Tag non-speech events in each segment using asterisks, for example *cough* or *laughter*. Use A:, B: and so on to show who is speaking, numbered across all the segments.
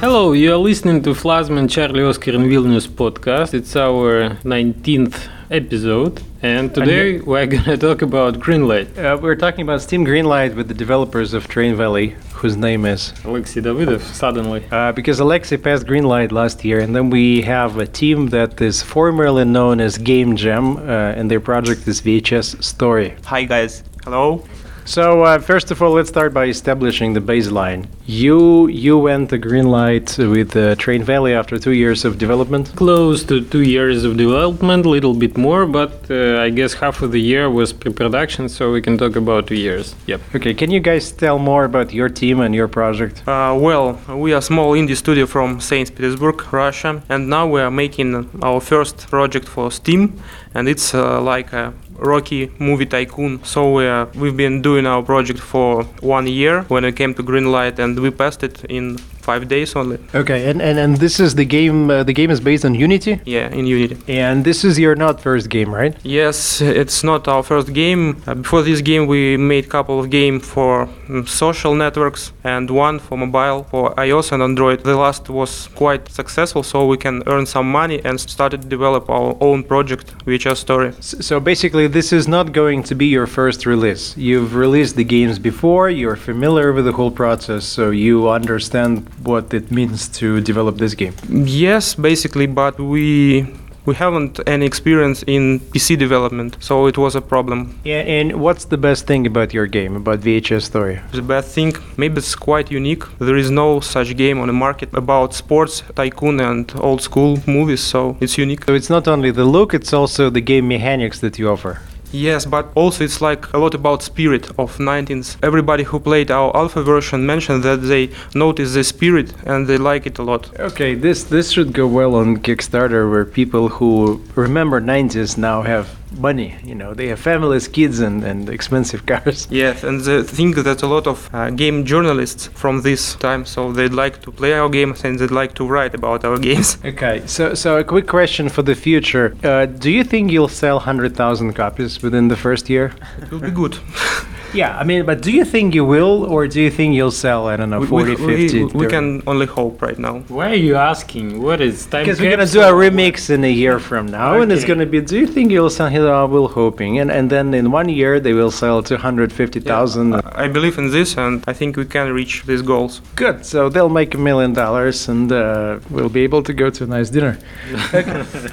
A: Hello, you are listening to Flasman Charlie Oscar in Vilnius podcast. It's our 19th episode, and today we're *laughs* gonna talk about Greenlight.
B: Uh, we're talking about Steam Greenlight with the developers of Train Valley, whose name is.
A: Alexei Davidov suddenly.
B: Uh, because Alexei passed Greenlight last year, and then we have a team that is formerly known as Game Jam, uh, and their project is VHS Story.
C: Hi guys. Hello.
B: So uh, first of all, let's start by establishing the baseline. You you went to Greenlight with uh, Train Valley after two years of development.
A: Close to two years of development, a little bit more, but uh, I guess half of the year was pre production, so we can talk about two years. Yep.
B: Okay, can you guys tell more about your team and your project?
C: Uh, well, we are a small indie studio from Saint Petersburg, Russia, and now we are making our first project for Steam, and it's uh, like a Rocky movie tycoon. So we are, we've been doing our project for one year when it came to Greenlight, and we passed it in five days only.
B: Okay, and, and, and this is the game. Uh, the game is based on Unity,
C: Yeah, in Unity.
B: and this is your not first game, right?
C: Yes, it's not our first game. Uh, before this game, we made couple of game for mm, social networks and one for mobile for iOS and Android. The last was quite successful, so we can earn some money and started to develop our own project, VHS Story.
B: S- So basically, this is not going to be your first release. You've released the games before, you're familiar with the whole process, so you understand what it means to develop this game.
C: Yes, basically, but we we haven't any experience in PC development, so it was a problem.
B: Yeah, and what's the best thing about your game, about VHS Story?
C: The bad thing, maybe it's quite unique. There is no such game on the market about sports, tycoon, and old school movies, so it's unique.
B: So it's not only the look, it's also the game mechanics that you offer.
C: Yes, but also it's like a lot about spirit of 19th. Everybody who played our alpha version mentioned that they noticed the spirit and they like it a lot.
B: Okay, this this should go well on Kickstarter, where people who remember 90s now have money. You know, they have families, kids, and, and expensive *laughs* cars.
C: Yes, and the thing that a lot of uh, game journalists from this time, so they'd like to play our games and they'd like to write about our games. *laughs*
B: Okay, so so a quick question for the future: uh, Do you think you'll sell hundred thousand copies within the first year?
C: It will be good. *laughs*
B: Yeah, I mean, but do you think you will, or do you think you'll sell? I don't know, 40,
C: We- we, we-
B: 50?
C: we can only hope right now.
A: Why are you asking? What is time?
B: Because we're gonna do a
A: capsule?
B: remix in a year from now, and it's
A: Okay.
B: gonna be. Do you think you'll sell? Here I will hoping, and and then in one year they will sell two hundred fifty thousand.
C: I I believe in this and I think we can reach these goals.
B: Good. So they'll make a million dollars, and uh, we'll be able to go to a nice dinner. Okay.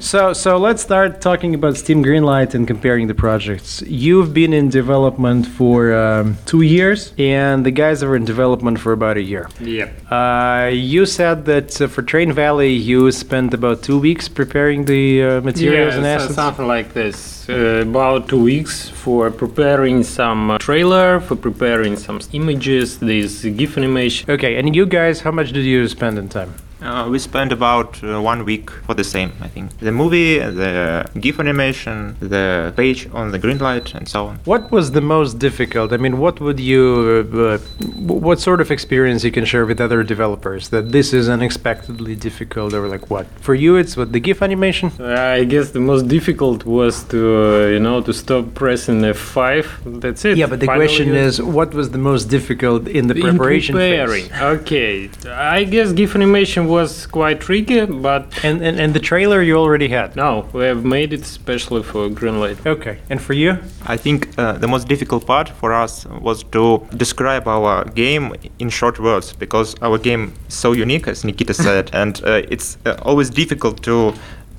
B: so, so let's start talking about Steam Greenlight and comparing the projects. You've been in development for um, two years, and the guys are in development for about a year.
A: Yep.
B: Uh, you said that uh, for Train Valley, you spent about two weeks preparing the uh, materials
A: Yeah,
B: and
A: so-
B: assets.
A: something like this. Uh, about two weeks for preparing some uh, trailer, for preparing some images, this GIF animation.
B: Okay, and you guys, how much did you spend in time?
D: Uh, we spent about uh, one week for the same, I think. The movie, the GIF animation, the page on the green light, and so on.
B: What was the most difficult? I mean, what would you, uh, uh, w- what sort of experience you can share with other developers that this is unexpectedly difficult or like what? For you, it's what the GIF animation.
A: I guess the most difficult was to, uh, you know, to stop pressing F5. That's it.
B: yeah, but the
A: Finally
B: question
A: you-
B: is, what was the most difficult in the
A: In
B: preparation
A: preparing.
B: phase?
A: Okay. I guess GIF animation was quite tricky, but
B: And, and and the trailer you already had.
A: no, we have made it especially for Greenlight.
B: Okay, and for you?
D: I think uh, the most difficult part for us was to describe our game in short words because our game is so unique, as Nikita said, *laughs* and uh, it's uh, always difficult to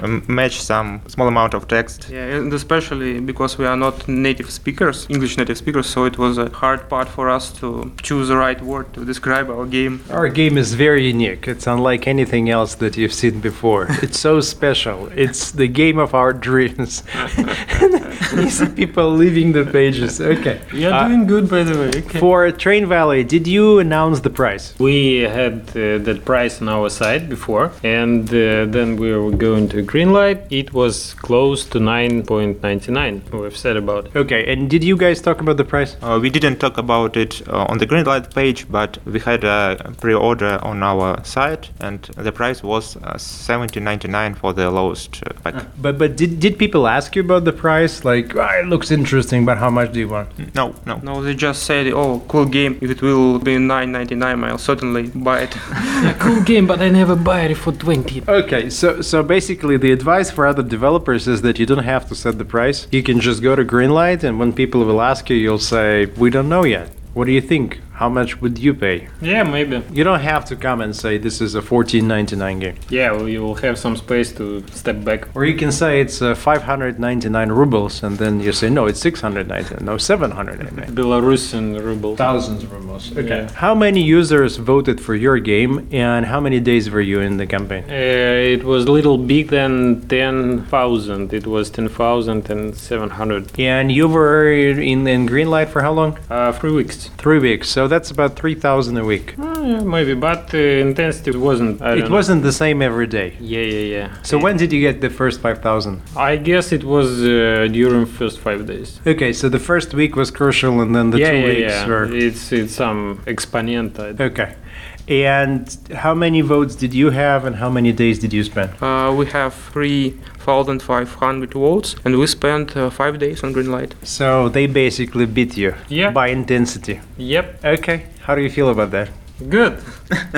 D: um, match some small amount of text.
C: Yeah, and especially because we are not native speakers, English native speakers, so it was a hard part for us to choose the right word to describe our game.
B: Our game is very unique. It's unlike anything else that you've seen *laughs* before. It's so special. It's the game of our *laughs* dreams. These people leaving the pages. Okay.
A: You're
B: Uh,
A: doing good, by the way. Okay.
B: For Train Valley, did you announce the price?
A: We had uh, that price on our side before, and uh, then we were going to Greenlight, it was close to 9.99. We've said about it.
B: Okay, and did you guys talk about the price?
D: Uh, we didn't talk about it uh, on the Greenlight page, but we had a pre-order on our site, and the price was uh, 17.99 for the lowest uh, pack.
C: Ah.
B: But but did, did people ask you about the price? Like, "Ah, it looks interesting, but how much do you want?
D: No, no.
C: No, they just said, "Oh, cool game! If it will be 9.99, I'll certainly buy it." *laughs*
A: cool game, but I never buy it for 20.
B: Okay, so so basically, the advice for other developers is that you don't have to set the price. You can just go to Greenlight, and when people will ask you, you'll say, "We don't know yet. What do you think? How much would you pay?"
A: Yeah, maybe.
B: You don't have to come and say this is a 14.99 game,
A: Yeah, well, you will have some space to step back.
B: or you can say it's uh, 599 rubles, and then you say no, it's 699, no, 799.
A: Belarusian ruble.
B: Thousands of rubles. Okay.
A: Yeah.
B: How many users voted for your game, and how many days were you in the campaign?
A: Uh, it was little big than 10,000. It was 10,700.
B: And you were in in green light for how long?
A: Uh, three weeks.
B: Three weeks. So that's about three thousand a week.
A: Uh, yeah, maybe, but uh, intensity wasn't. I
B: It
A: don't know.
B: wasn't the same every day.
A: Yeah, yeah, yeah.
B: So when did you get the first five thousand?
A: I guess it was uh, during first five days.
B: Okay, so the first week was crucial, and then the
A: yeah,
B: two
A: yeah,
B: weeks
A: yeah.
B: were
A: It's it's some exponenta.
B: okay. And how many votes did you have, and how many days did you spend?
C: uh, we have 3,500 votes, and we spent uh, five days on Greenlight.
B: So they basically beat you
A: Yeah.
B: by intensity.
A: Yep,
B: Okay, how do you feel about that?
A: good.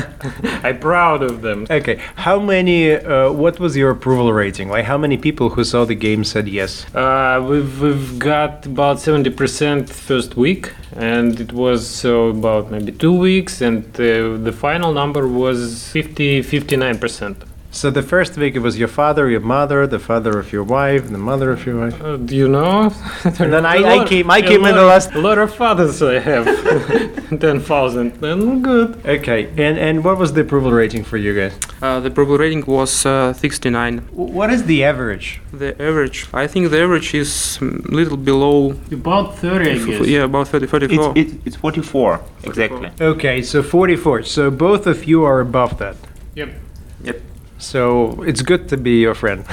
A: *laughs* I'm proud of them.
B: Okay, how many? Uh, what was your approval rating? Like, how many people who saw the game said yes?
A: Uh, we've we've got about seventy percent first week, and it was so about maybe two weeks, and uh, the final number was 50 59 percent.
B: So the first week it was your father, your mother, the father of your wife, the mother of your wife.
A: Uh, do you know? *laughs*
B: And then I-
A: A
B: I
A: lot-
B: came- I
A: a
B: came in
A: lot-
B: the last-
A: A lot of fathers I have. *laughs* Ten thousand. Then good.
B: Okay, and and what was the approval rating for you guys?
C: Uh, the approval rating was uh, 69.
B: What is the average?
C: The average, I think, the average is mm, little below.
A: About thirty, I guess.
C: Yeah, about 30, 34.
D: It's, it's, it's 44, exactly.
B: Okay, so 44. So both of you are above that.
A: Yep.
B: So it's good to be your *laughs* friend.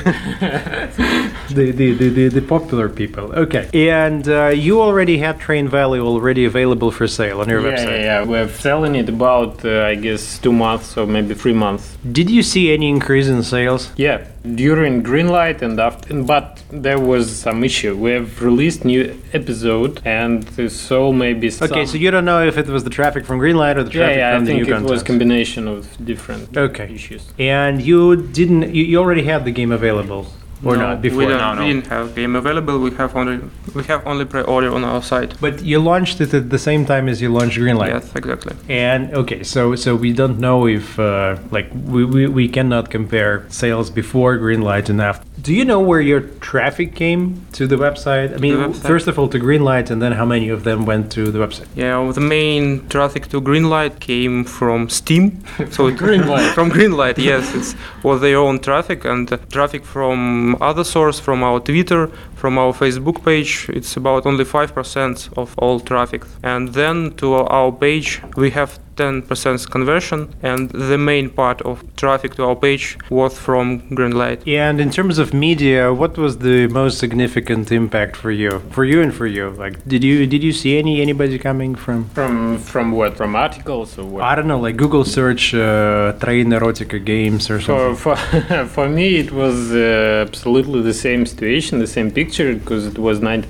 B: the, the, the, the, the popular people. Okay. And uh, you already had Train Valley already available for sale on your
A: yeah,
B: website.
A: Yeah, yeah, we're selling it about, uh, I guess, two months or maybe three months.
B: Did you see any increase in sales?
A: Yeah, during green light and after, but there was some issue. We have released new episode, and uh, so maybe some.
B: Okay, so you don't know if it was the traffic from Greenlight or the
A: yeah,
B: traffic
A: yeah,
B: from
A: I
B: the
A: think
B: new
A: it was
B: content.
A: combination of different
B: Okay.
A: issues.
B: and you didn't, you, you already had the game available or not before?
C: we, don't,
D: No, no.
C: we didn't have game available. We have only we have only pre-order on our site.
B: But you launched it at the same time as you launched Greenlight.
C: Yes, exactly.
B: And okay, so so we don't know if uh, like we, we we cannot compare sales before Greenlight and after. Do you know where your traffic came to the website? I mean,
C: website?
B: first of all to Greenlight, and then how many of them went to the website?
C: Yeah, well, the main traffic to Greenlight came from Steam.
B: *laughs*
C: So it,
A: Greenlight.
C: *laughs* from Greenlight, yes, it's was their own traffic and uh, traffic from other source, from our Twitter, from our Facebook page. It's about only five percent of all traffic. And then to our page, we have. 10% conversion and the main part of traffic to our page was from Greenlight.
B: And in terms of media, what was the most significant impact for you, for you and for you? Like, did you did you see any anybody coming from?
A: From from what? From articles or what?
B: I don't know, like Google search uh, train erotica games or something.
A: For, *laughs* for, for me, it was uh, absolutely the same situation, the same picture, because it was 90%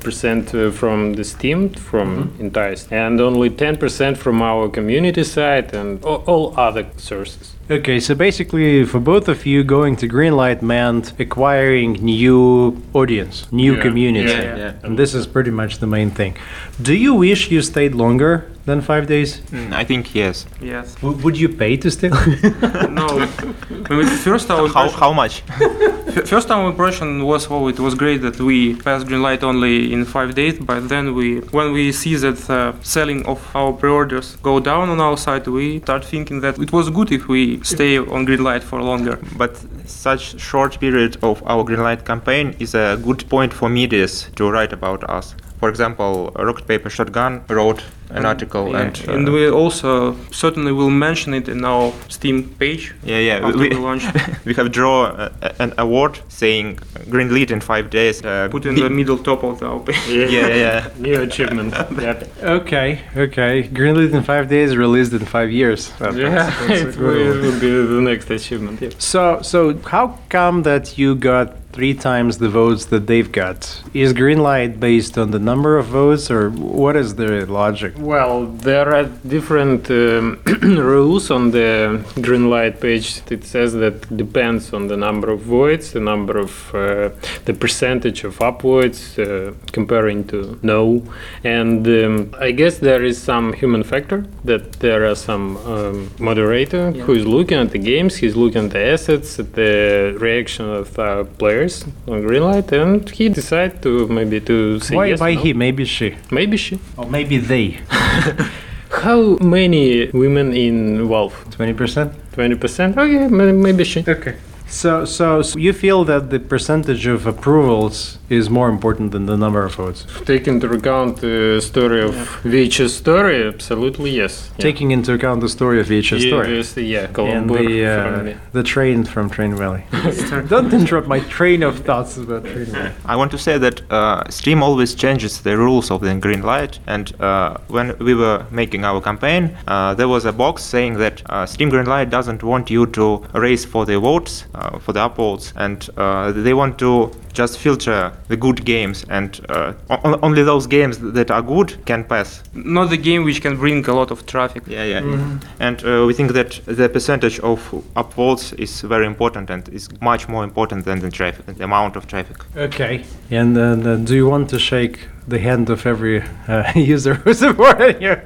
A: uh, from the Steam, from
D: Mm-hmm.
A: entire Steam, and only 10% from our community site and all, all other sources.
B: Okay, so basically, for both of you, going to Greenlight meant acquiring new audience, new
A: Yeah.
B: community.
A: Yeah, yeah, yeah.
B: And this is pretty much the main thing. Do you wish you stayed longer than five days?
D: Mm, I think yes.
C: Yes.
B: W- would you pay to
A: *laughs*
B: stay?
C: No. I mean, first
D: How,
C: our impression-
D: how much? *laughs*
C: F- First, our impression was, oh, it was great that we passed green light only in five days. But then we, when we see that uh, selling of our pre-orders go down on our side, we start thinking that it was good if we stay on green light for longer.
D: But such short period of our Greenlight campaign is a good point for medias to write about us. For example, Rocket Paper Shotgun wrote an
C: And-
D: article
C: Um, yeah,
D: and.
C: and
D: uh,
C: we also certainly will mention it in our Steam page.
D: yeah, yeah.
C: after
D: We,
C: we
D: *laughs*
C: launched.
D: we have draw uh, an award saying green lead in five days. Uh,
C: Put in
D: bi-
C: the middle top of the our page.
D: Yeah, yeah, yeah.
A: *laughs* New
D: *laughs*
A: achievement. Yep.
B: Okay, okay. Greenlit in five days, released in five years. That- that's-
A: Yeah,
B: that's
A: *laughs*
B: a
A: it
B: good one.
A: will, will be the next achievement. Yep.
B: So, so how come that you got three times the votes that they've got? Is green light based on the number of votes, or what is the logic?
A: Well, there are different um, *clears throat* rules on the green light page. It says that depends on the number of voids, the number of uh, the percentage of upwards uh, comparing to no, and um, I guess there is some human factor that there are some um, moderator
C: Yeah.
A: who is looking at the games, he's looking at the assets, at the reaction of our players on green light, and he decide to maybe to say
B: why
A: yes,
B: why
A: no.
B: he? Maybe she.
A: maybe she.
B: Or maybe they.
A: How many women in Valve?
B: 20%?
A: 20%? Okay, ma- Oh, maybe she.
B: Okay. So, so, so you feel that the percentage of approvals is more important than the number of votes?
A: Take into account the story of VHS story, absolutely yes. Yeah.
B: Taking into account the story of each
A: Yeah,
B: story.
A: yes, yeah,
B: And
A: Colombo.
B: the, uh, the train from
A: *laughs*
B: Train Valley. Don't interrupt my train of thoughts about Train Valley.
D: I want to say that uh, Steam always changes the rules of the green light. And uh, when we were making our campaign, uh, there was a box saying that uh, Steam Green Light doesn't want you to race for the votes, uh, for the upvotes, and uh, they want to just filter the good games, and uh, o- only those games that are good can pass.
C: Not the game which can bring a lot of traffic.
D: Yeah, yeah. And uh, we think that the percentage of upvotes is very important and is much more important than the traffic, the amount of traffic.
B: Okay. And then, uh, do you want to shake the hand of every uh, *laughs* user who's supporting you?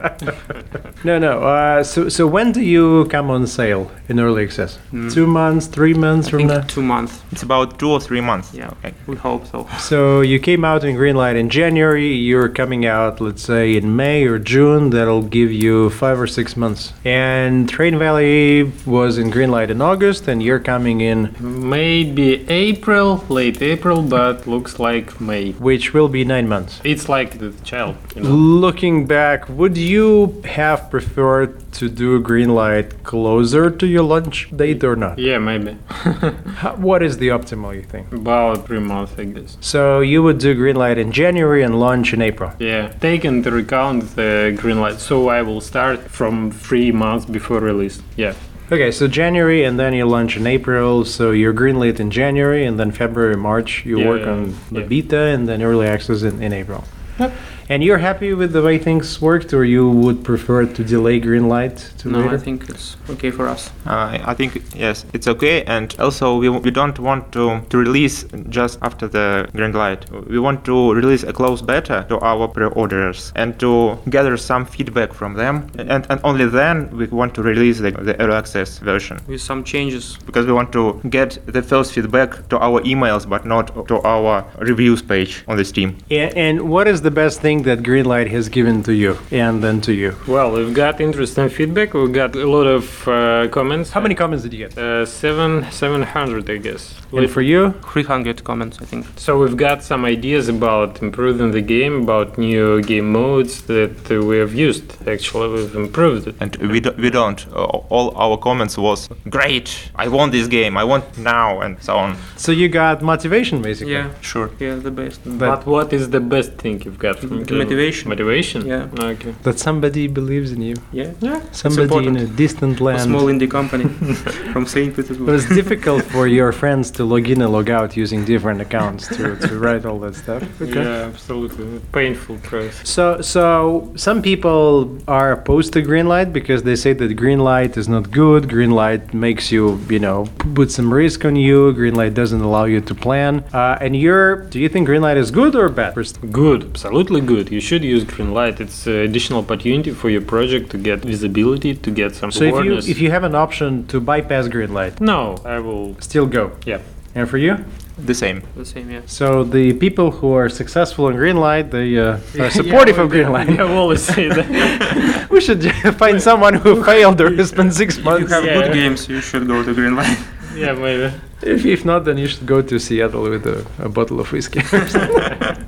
B: no, no. Uh, so, so when do you come on sale in early access? Two months, three months
C: I
B: from
C: think
B: now.
C: two months.
D: It's about two or three months.
C: Yeah.
D: Okay.
C: We hope so.
B: So you came out in Greenlight in January. You're coming out, let's say, in May or June. That'll give you five or six months. And Train Valley was in Greenlight in August, and you're coming in,
A: Maybe April, late April, but looks like May.
B: which will be nine months.
A: It's like the child, you know.
B: Looking back, would you have preferred to do green light closer to your lunch date or not?
A: Yeah, maybe.
B: How- What is the optimal, you think?
A: About three months, I guess.
B: So you would do green light in January and lunch in April.
A: Yeah, take into account the green light. So I will start from three months before release. Yeah.
B: Okay, so January and then you launch in April. So you're green lit in January and then February, March, you
A: Yeah,
B: work on the
A: yeah.
B: beta and then early access in, in April.
A: Yep.
B: And you're happy with the way things worked, or you would prefer to delay green light to
C: No,
B: later?
C: I think it's okay for us.
D: Uh, I think yes, it's okay, and also we, we don't want to, to release just after the green light. We want to release a close beta to our pre-orders and to gather some feedback from them, and, and only then we want to release the, the early access version
C: With some changes.
D: because we want to get the first feedback to our emails, but not to our reviews page on the Steam.
B: And, and what is the best thing that Greenlight has given to you and then to you?
A: Well, we've got interesting feedback. We've got a lot of uh, comments.
B: How many comments did you get?
A: Uh, seven, seven hundred, I guess.
B: And for you?
C: 300 comments, I think.
A: So we've got some ideas about improving the game, about new game modes that uh, we have used. Actually, we've improved it.
D: And we, do, we don't. Uh, all our comments was great. I want this game. I want now, and so on.
B: So you got motivation basically.
C: Yeah,
D: Sure.
C: yeah, the best.
A: But, what is the best thing you've got from
C: The
A: game?
C: motivation.
A: Motivation.
C: Yeah.
A: Okay.
B: That somebody believes in you.
C: Yeah.
A: Yeah.
B: Somebody in a
C: important.
B: distant
C: A
B: land.
C: small indie company *laughs* from St. Petersburg.
B: It was difficult for your friends to log in and log out using different accounts to, to write all that stuff.
A: Yeah, absolutely. Painful process.
B: So, so some people are opposed to green light because they say that green light is not good. Green light makes you, you know, put some risk on you. Green light doesn't allow you to plan. Uh, and you're, do you think green light is good or bad? First,
A: Good, absolutely good. You should use green light. It's an additional opportunity for your project to get visibility, to get some
B: so if you
A: awareness.
B: if you have an option to bypass green light,
A: no, I will.
B: still go.
A: Yeah.
B: And for you?
D: The same.
C: the same, yeah.
B: So the people who are successful in green light, they uh,
A: *laughs*
B: are supportive of green light.
A: I always say that.
B: *laughs* We should *laughs* find someone who failed or has spent six
C: If you
B: months.
C: have
A: Yeah.
C: good games, you should go to Green Light.
A: yeah, maybe.
B: If, if not, then you should go to Seattle with a, a bottle
A: *laughs*
B: of whiskey.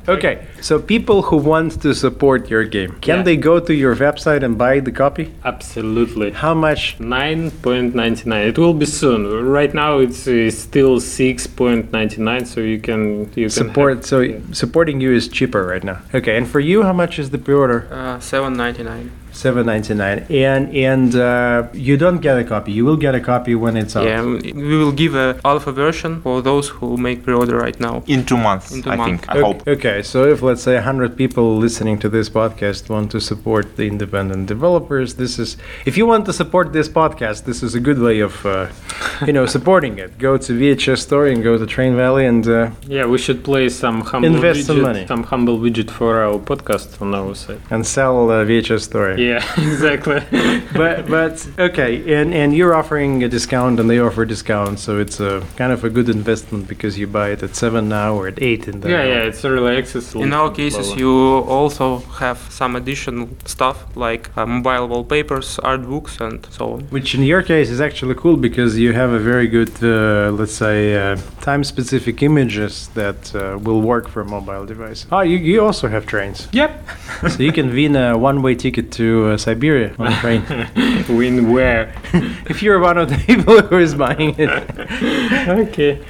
B: okay, so people who want to support your game, can
A: Yeah.
B: they go to your website and buy the copy?
A: Absolutely.
B: How much?
A: 9.99 it will be soon right now it's uh, still 6.99 so you can you can
B: Support
A: have-
B: so
A: yeah.
B: supporting you is cheaper right now. Okay, and for you, how much is the pre-order?
C: *laughs* Uh, 799.
B: Seven ninety nine, and and uh, you don't get a copy. You will get a copy when it's out.
C: Yeah, we we will give a alpha version for those who make pre-order right now.
D: in two months,
C: In two
D: I
C: months.
D: think. I
B: okay,
D: hope.
B: okay, so if let's say 100 people listening to this podcast want to support the independent developers, this is if you want to support this podcast, this is a good way of uh, you know supporting it. Go to VHS store and go to Train Valley and uh,
A: yeah we should play some humble
B: Invest
A: widget,
B: some money.
A: some humble widget for our podcast on our site
B: and sell uh, VHS store.
A: yeah *laughs*
B: *laughs*
A: exactly
B: but but okay, and and you're offering a discount and they offer a discount, so it's a kind of a good investment because you buy it at 7 now or at 8 in the
A: yeah yeah it's early access
C: In our cases, you also have some additional stuff like uh, mobile wallpapers, art books, and so on.
B: Which in your case is actually cool because you have a very good, uh, let's say, uh, time-specific images that uh, will work for mobile devices. Ah, you, you also have trains.
A: yep
B: *laughs* so you can win a one-way ticket to uh, Siberia on a train. *laughs*
A: win where
B: if you're one of the *laughs* people who is buying it.
A: okay
B: *laughs*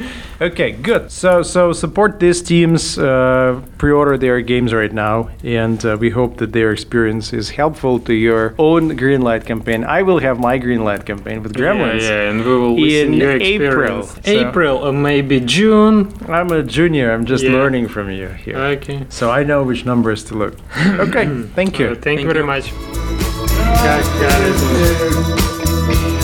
B: Okay, good. So so support these teams, uh, pre-order their games right now, and uh, we hope that their experience is helpful to your own green light campaign. I will have my green light campaign with Gremlins.
A: yeah, yeah and we will listen
B: in
A: your
B: April,
A: experience
B: so-
A: april or maybe june
B: I'm a junior. I'm just
A: Yeah. Uh,
B: learning from you here.
A: okay
B: so I know which numbers to look. Okay, thank you.
A: Uh, thank, you
C: Thank
A: very
C: you.
A: much
B: Guys, guys.